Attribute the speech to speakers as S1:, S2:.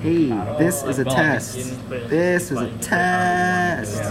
S1: Hey, this is a test. This is a test.